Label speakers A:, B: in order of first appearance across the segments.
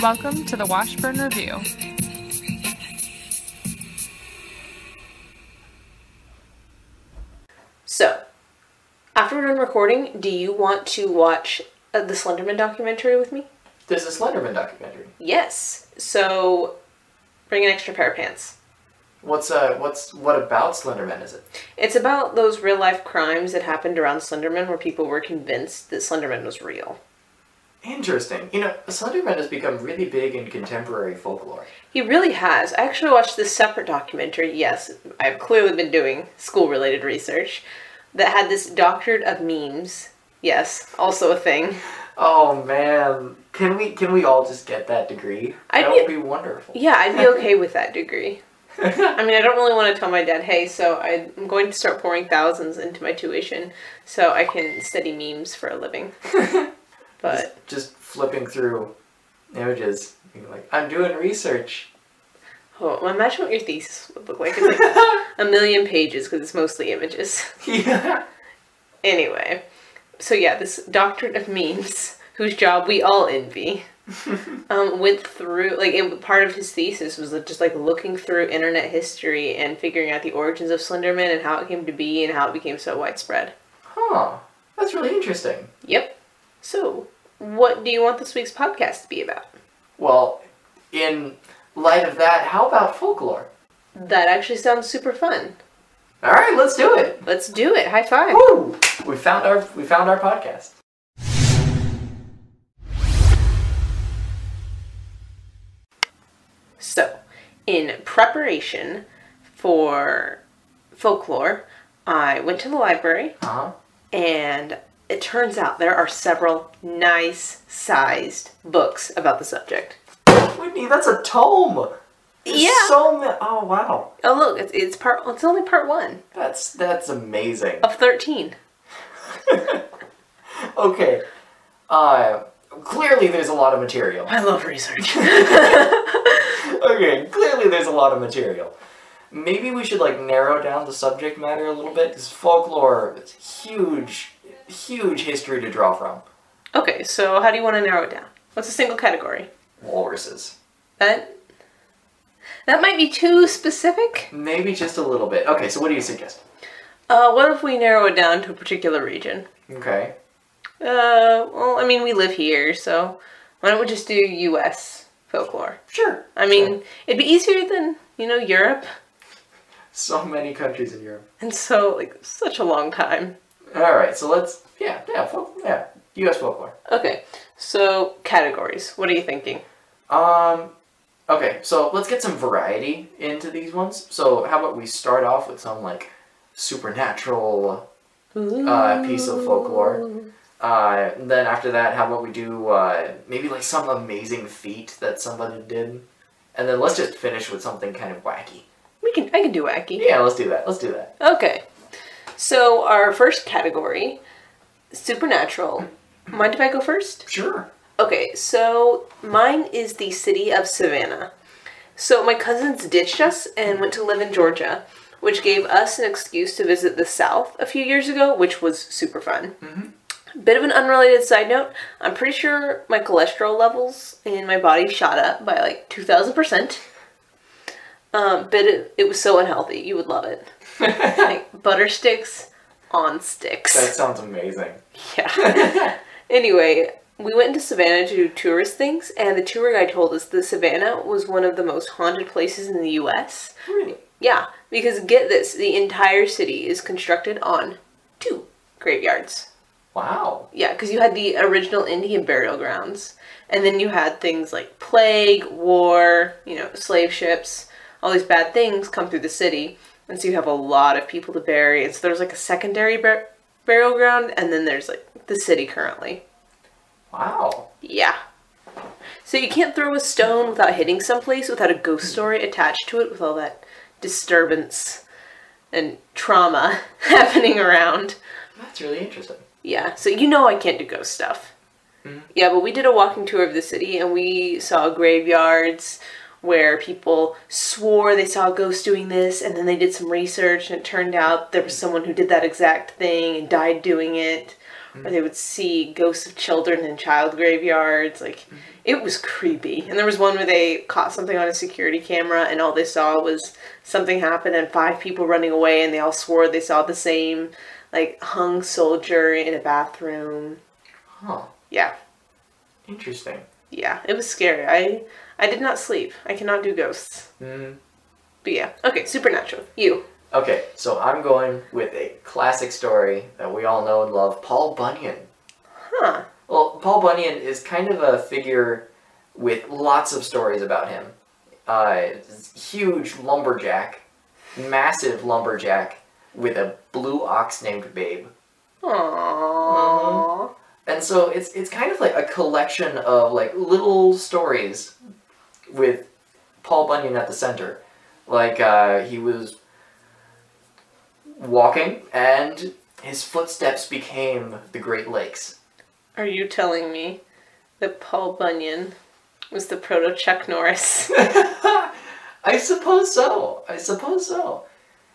A: Welcome to the Washburn Review.
B: So, after we're done recording, do you want to watch uh, the Slenderman documentary with me?
C: There's a Slenderman documentary.
B: Yes. So, bring an extra pair of pants.
C: What's uh what's what about Slenderman is it?
B: It's about those real life crimes that happened around Slenderman where people were convinced that Slenderman was real.
C: Interesting. You know, Slenderman has become really big in contemporary folklore.
B: He really has. I actually watched this separate documentary. Yes, I've clearly been doing school related research that had this doctored of memes. Yes, also a thing.
C: Oh man, can we can we all just get that degree?
B: I'd
C: that
B: be-
C: would be wonderful.
B: Yeah, I'd be okay with that degree. I mean, I don't really want to tell my dad, hey, so I'm going to start pouring thousands into my tuition so I can study memes for a living. But
C: Just flipping through images, being like, I'm doing research.
B: oh, well, imagine what your thesis would look like. It's like a million pages because it's mostly images.
C: yeah.
B: Anyway, so yeah, this doctrine of memes, whose job we all envy, um, went through like it, part of his thesis was just like looking through internet history and figuring out the origins of Slenderman and how it came to be and how it became so widespread.
C: Huh. That's really interesting.
B: Yep. So, what do you want this week's podcast to be about?
C: Well, in light of that, how about folklore?
B: That actually sounds super fun.
C: All right, let's do it.
B: Let's do it. High five.
C: Woo! We found our we found our podcast.
B: So, in preparation for folklore, I went to the library
C: Uh huh.
B: and it turns out there are several nice sized books about the subject.
C: Whitney, that's a tome. There's
B: Yeah.
C: So ma- oh wow,
B: Oh look, it's, it's part it's only part 1
C: that's that's amazing.
B: of 13.
C: Okay. Uh, clearly there's a lot of material.
B: I love research.
C: Okay, clearly there's a lot of material. Maybe we should like narrow down the subject matter a little bit because folklore is huge, huge history to draw from.
B: okay, so how do you want to narrow it down? What's a single category?
C: Walruses.
B: That that might be too specific.
C: Maybe just a little bit. Okay, so what do you suggest?
B: Uh, what if we narrow it down to a particular region?
C: Okay.
B: Uh, well, I mean, we live here, so why don't we just do U.S. folklore?
C: Sure.
B: I mean, it'd be easier than you know Europe,
C: So many countries in Europe.
B: and so like such a long time.
C: All right, so let's yeah yeah folk, yeah U.S. folklore.
B: Okay, so categories. What are you thinking?
C: Um, okay, so let's get some variety into these ones. So how about we start off with some like supernatural uh, piece of folklore. Uh, then after that, how about we do uh, maybe like some amazing feat that somebody did, and then let's just finish with something kind of wacky.
B: We can. I can do wacky.
C: Yeah, let's do that. Let's do that.
B: Okay, so our first category, supernatural. Mind if I go first?
C: Sure.
B: Okay, so mine is the city of Savannah. So my cousins ditched us and went to live in Georgia, which gave us an excuse to visit the South a few years ago, which was super fun. Bit of an unrelated side note, I'm pretty sure my cholesterol levels in my body shot up by like 2000%. Um, but it, it was so unhealthy. You would love it. like butter sticks on sticks.
C: That sounds amazing.
B: Yeah. anyway, we went into Savannah to do tourist things, and the tour guide told us that Savannah was one of the most haunted places in the U.S.
C: Really?
B: Yeah, because get this, the entire city is constructed on two graveyards.
C: Wow.
B: Yeah, because you had the original Indian burial grounds, and then you had things like plague, war, you know, slave ships, all these bad things come through the city, and so you have a lot of people to bury. And so there's like a secondary bur- burial ground, and then there's like the city currently.
C: Wow.
B: Yeah. So you can't throw a stone without hitting someplace without a ghost story attached to it with all that disturbance and trauma happening around.
C: That's really interesting.
B: Yeah, so you know I can't do ghost stuff. Yeah, but we did a walking tour of the city and we saw graveyards where people swore they saw a ghost doing this and then they did some research and it turned out there was someone who did that exact thing and died doing it. or they would see ghosts of children in child graveyards. Like, it was creepy. And there was one where they caught something on a security camera, and all they saw was something happen and five people running away, and they all swore they saw the same, like, hung soldier in a bathroom.
C: Huh.
B: Yeah,
C: Interesting.
B: yeah, it was scary. I I did not sleep. I cannot do ghosts.
C: Mm.
B: But yeah, okay, supernatural. You.
C: Okay, so I'm going with a classic story that we all know and love Paul Bunyan.
B: Huh.
C: Well, Paul Bunyan is kind of a figure with lots of stories about him. Uh, huge lumberjack, massive lumberjack with a blue ox named Babe.
B: Aww.
C: And so it's it's kind of like a collection of like little stories with Paul Bunyan at the center. Like uh, he was walking and his footsteps became the Great Lakes.
B: Are you telling me that Paul Bunyan was the proto Chuck Norris?
C: I suppose so. I suppose so.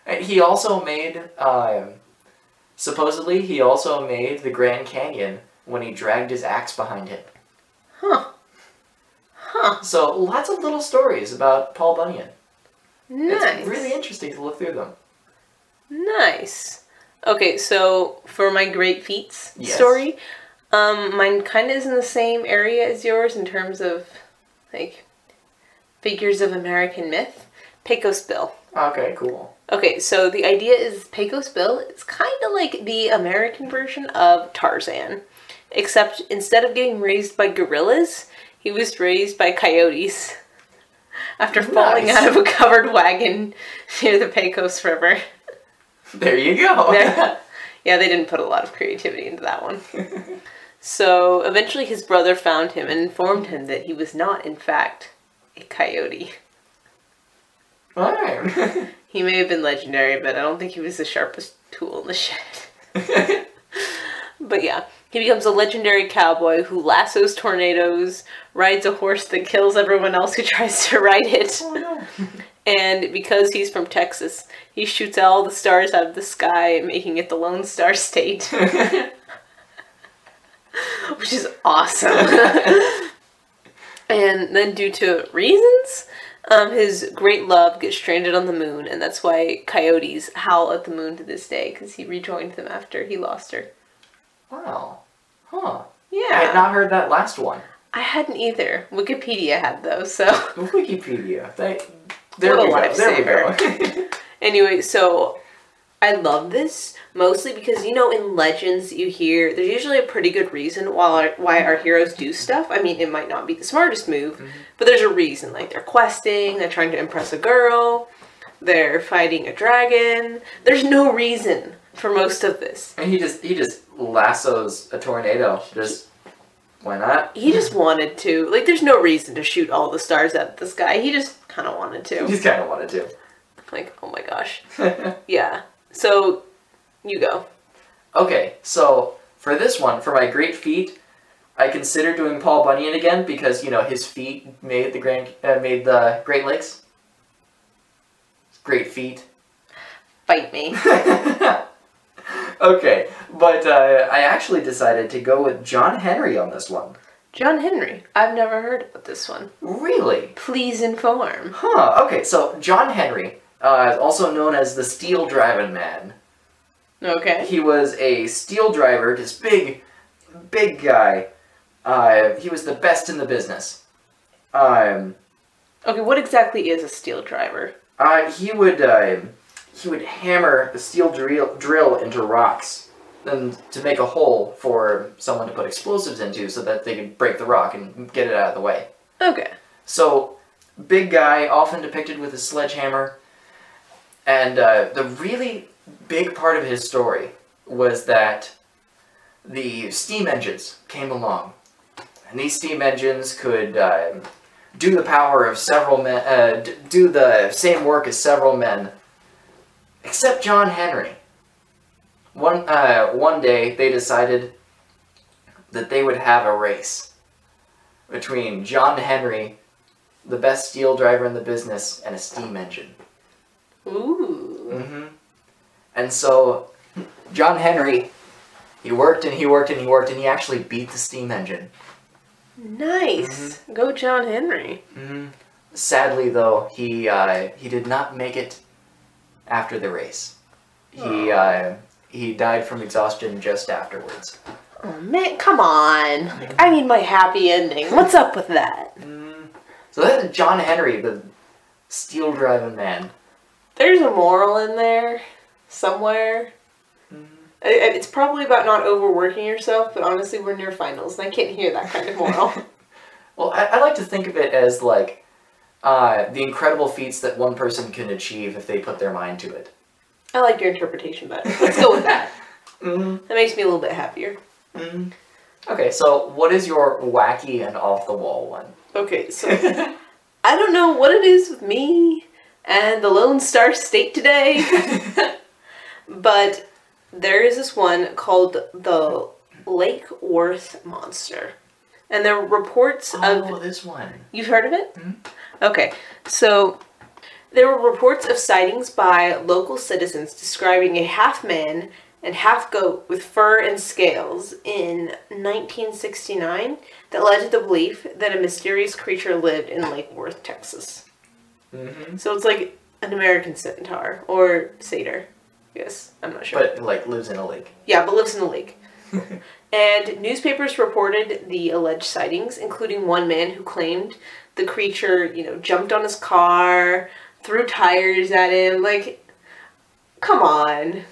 C: And He also made, um, supposedly, he also made the Grand Canyon when he dragged his axe behind him.
B: huh. Huh.
C: So lots of little stories about Paul Bunyan.
B: Nice.
C: It's really interesting to look through them.
B: Nice. Okay, so for my great feats
C: Yes.
B: story, um, mine kind of is in the same area as yours in terms of like figures of American myth. Pecos Bill.
C: Okay, cool.
B: Okay, so the idea is Pecos Bill. It's kind of like the American version of Tarzan, except instead of getting raised by gorillas, he was raised by coyotes after falling
C: Nice.
B: out of a covered wagon near the Pecos River.
C: There you go.
B: There- yeah, they didn't put a lot of creativity into that one. so eventually his brother found him and informed him that he was not, in fact, a coyote.
C: All right.
B: He may have been legendary, but I don't think he was the sharpest tool in the shed. But yeah, he becomes a legendary cowboy who lassos tornadoes, rides a horse that kills everyone else who tries to ride it,
C: oh, no.
B: and because he's from Texas, he shoots all the stars out of the sky, making it the Lone Star State, which is awesome. and then, due to reasons, um, his great love gets stranded on the moon, and that's why coyotes howl at the moon to this day because he rejoined them after he lost her.
C: Wow. Huh.
B: Yeah.
C: I had not heard that last one.
B: I hadn't either. Wikipedia had those, so.
C: Wikipedia. They, there
B: What a
C: we go. There we go.
B: Anyway, so I love this mostly because you know in legends you hear there's usually a pretty good reason why our, why our heroes do stuff. I mean, it might not be the smartest move, but there's a reason. Like they're questing, they're trying to impress a girl, they're fighting a dragon. There's no reason for most of this.
C: and he just he just lassos a tornado. Just why not?
B: He just wanted to. Like there's no reason to shoot all the stars out of the sky. He just kind of wanted
C: He
B: to.
C: just kind of wanted to.
B: Like, oh my gosh. Yeah. So you go.
C: Okay, so for this one, for my great feat, I consider doing Paul Bunyan again because you know his feet made the Grand uh, made the Great Lakes. Great feet.
B: Fight me.
C: okay, but uh, I actually decided to go with John Henry on this one.
B: John Henry. I've never heard about this one.
C: Really?
B: Please inform.
C: Huh. Okay, so John Henry, uh, is also known as the Steel Driving Man.
B: Okay.
C: He was a steel driver, this big, big guy. Uh, he was the best in the business. Um,
B: Okay, what exactly is a steel driver?
C: uh, he would uh, he would hammer the steel drill, drill into rocks, and to make a hole for someone to put explosives into, so that they could break the rock and get it out of the way.
B: Okay.
C: So, big guy, often depicted with a sledgehammer. And uh, the really big part of his story was that the steam engines came along. And these steam engines could um do the power of several men, uh, d- do the same work as several men, except John Henry. One, uh, one day, they decided that they would have a race between John Henry the best steel driver in the business and a steam engine.
B: Ooh.
C: And so, John Henry He worked and he worked and he worked and he actually beat the steam engine.
B: Nice. Go John Henry.
C: Sadly, though, he uh, he did not make it after the race. He uh, he died from exhaustion just afterwards.
B: Oh man, come on. Like, I need my happy ending. What's up with that?
C: So that's John Henry, the steel driving man.
B: There's a moral in there somewhere. Mm-hmm. I- I- It's probably about not overworking yourself, but honestly, we're near finals, and I can't hear that kind of moral.
C: Well, I, I like to think of it as like uh, the incredible feats that one person can achieve if they put their mind to it.
B: I like your interpretation better. Let's go with that. That makes me a little bit happier.
C: Okay, so what is your wacky and off the wall one?
B: Okay, so I don't know what it is with me and the Lone Star State today, but there is this one called the Lake Worth Monster. And there are reports of
C: Oh, this one.
B: You've heard of it? Okay, so there were reports of sightings by local citizens describing a half man and half goat with fur and scales in 1969 that led to the belief that a mysterious creature lived in Lake Worth, Texas. So it's like an American centaur or satyr. Yes, I'm not sure.
C: But like lives in a lake.
B: Yeah, but lives in the lake. and newspapers reported the alleged sightings, including one man who claimed the creature, you know, jumped on his car, threw tires at him. Like, come on.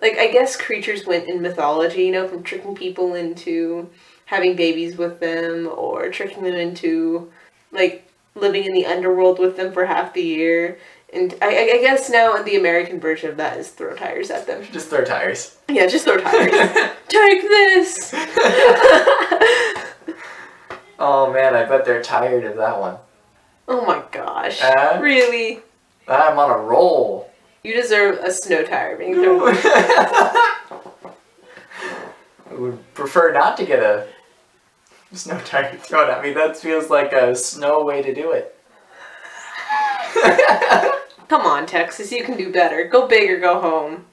B: like, I guess creatures went in mythology, you know, from tricking people into having babies with them or tricking them into, like, living in the underworld with them for half the year. And I, I- I guess now the American version of that is throw tires at them.
C: Just throw tires.
B: Yeah, just throw tires. Take this.
C: Oh man, I bet they're tired of that one.
B: Oh my gosh!
C: Uh?
B: really?
C: Ah, I'm on a roll.
B: You deserve a snow tire being thrown.
C: I would prefer not to get a snow tire thrown at me. That feels like a snow way to do it.
B: Come on, Texas, you can do better. Go big or go home.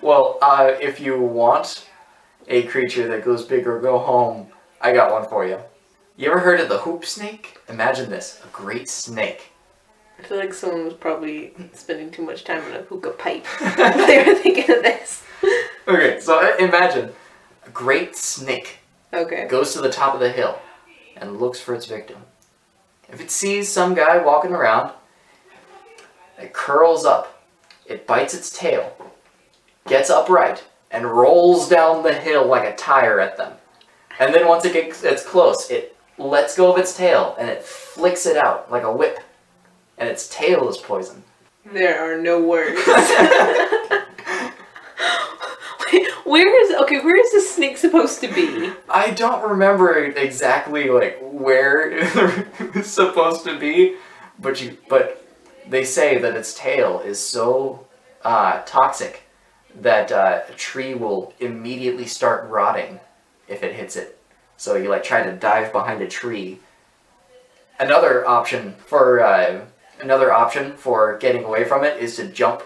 C: Well, uh, if you want a creature that goes big or go home, I got one for you. You ever heard of the hoop snake? Imagine this a great snake.
B: I feel like someone was probably spending too much time on a hookah pipe. when they were thinking of this.
C: Okay, so i- imagine a great snake
B: Okay.
C: goes to the top of the hill and looks for its victim. If it sees some guy walking around, it curls up, it bites its tail, gets upright, and rolls down the hill like a tire at them. And then once it gets it's close, it lets go of its tail and it flicks it out like a whip. And its tail is poison.
B: There are no words. Wait, where is okay? Where is the snake supposed to be?
C: I don't remember exactly like where it was supposed to be, but you but they say that its tail is so uh, toxic that uh, a tree will immediately start rotting if it hits it. So you like try to dive behind a tree. Another option for uh, another option for getting away from it is to jump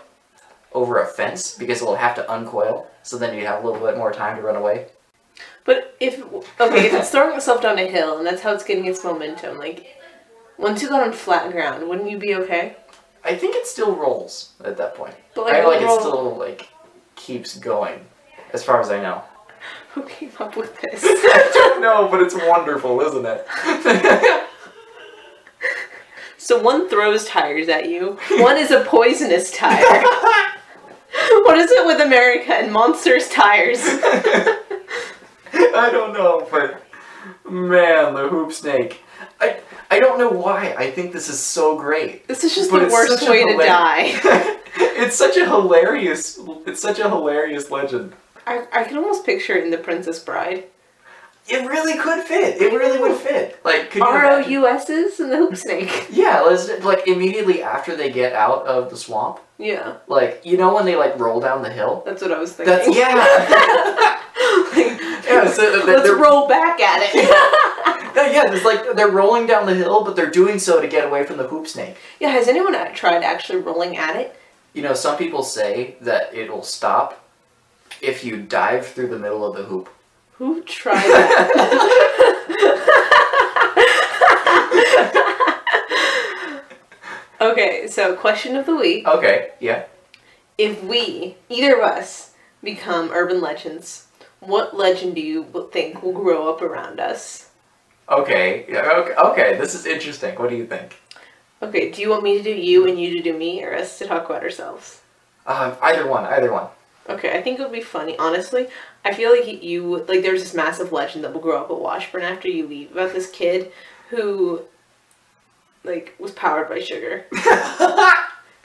C: over a fence because it will have to uncoil. So then you have a little bit more time to run away.
B: But if okay, if it's throwing itself down a hill and that's how it's getting its momentum, like once you got on flat ground, wouldn't you be okay?
C: I think it still rolls at that point.
B: But, like,
C: I like
B: roll-
C: it still like keeps going, as far as I know.
B: Who came up with this?
C: no, but it's wonderful, isn't it?
B: so one throws tires at you. One is a poisonous tire. what is it with America and monsters tires?
C: I don't know, but man, the hoop snake. I I don't know why. I think this is so great.
B: This is just
C: But
B: the
C: it's
B: worst
C: such a
B: way to
C: hilar-
B: die.
C: it's such a hilarious. It's such a hilarious legend.
B: I, I can almost picture it in The Princess Bride.
C: It really could fit. It really would fit. Like could you
B: R O
C: imagine?
B: U S S and the hoop snake.
C: Yeah, let's- like immediately after they get out of the swamp,
B: Yeah,
C: like you know when they like roll down the hill.
B: that's what I was thinking.
C: That's yeah. yeah, so they're,
B: Let's
C: they're-
B: roll back at it.
C: no, yeah, it's like they're rolling down the hill, but they're doing so to get away from the hoop snake.
B: Yeah, has anyone uh, tried actually rolling at it?
C: You know, some people say that it'll stop if you dive through the middle of the hoop.
B: Who tried that? okay, so question of the week.
C: Okay, yeah.
B: If we, either of us, become urban legends, what legend do you think will grow up around us?
C: Okay, yeah, okay, okay, this is interesting. What do you think?
B: Okay, do you want me to do you and you to do me or us to talk about ourselves?
C: Uh, either one, either one.
B: Okay, I think it would be funny. Honestly, I feel like you would- like there's this massive legend that will grow up at Washburn after you leave about this kid who like was powered by sugar.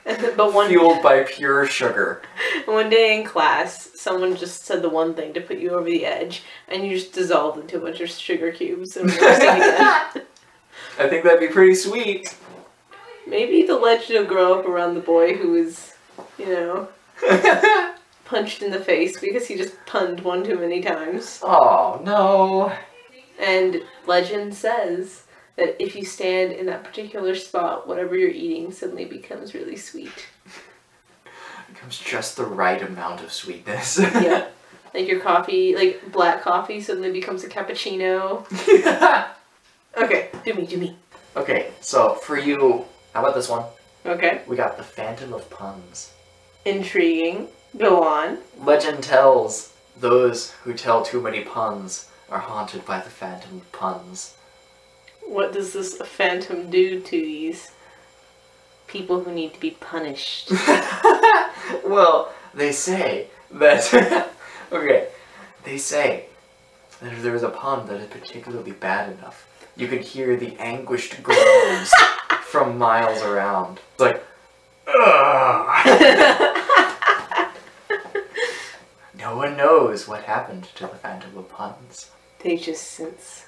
B: but one
C: Fueled by pure sugar.
B: one day in class, someone just said the one thing to put you over the edge, and you just dissolved into a bunch of sugar cubes. And we never seen again.
C: I think that'd be pretty sweet.
B: Maybe the legend will grow up around the boy who was, you know, punched in the face because he just punned one too many times.
C: Oh no.
B: And legend says that if you stand in that particular spot, whatever you're eating suddenly becomes really sweet.
C: It comes just the right amount of sweetness.
B: Yeah. like your coffee, like black coffee suddenly becomes a cappuccino. Okay, do me, do me.
C: okay, so for you, how about this one?
B: Okay.
C: We got the Phantom of Puns.
B: Intriguing. Go on.
C: Legend tells those who tell too many puns are haunted by the Phantom of Puns.
B: What does this phantom do to these people who need to be punished?
C: Well, they say that. okay, they say that if there is a pun that is particularly bad enough, you can hear the anguished groans from miles around. It's like, ugh. no one knows what happened to the Phantom of Puns.
B: they just sense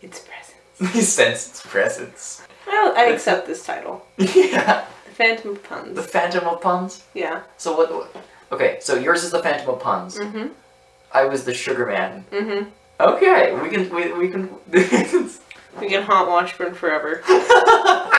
B: its presence.
C: He sense its presence.
B: Well, I accept this title.
C: yeah,
B: Phantom of
C: the
B: Puns.
C: Phantom of Puns.
B: Yeah.
C: So what? what- Okay, so yours is the Phantom of Puns. Mm-hmm. I was the Sugar Man.
B: Mm-hmm.
C: Okay, we can we, we can
B: We can haunt Washburn forever.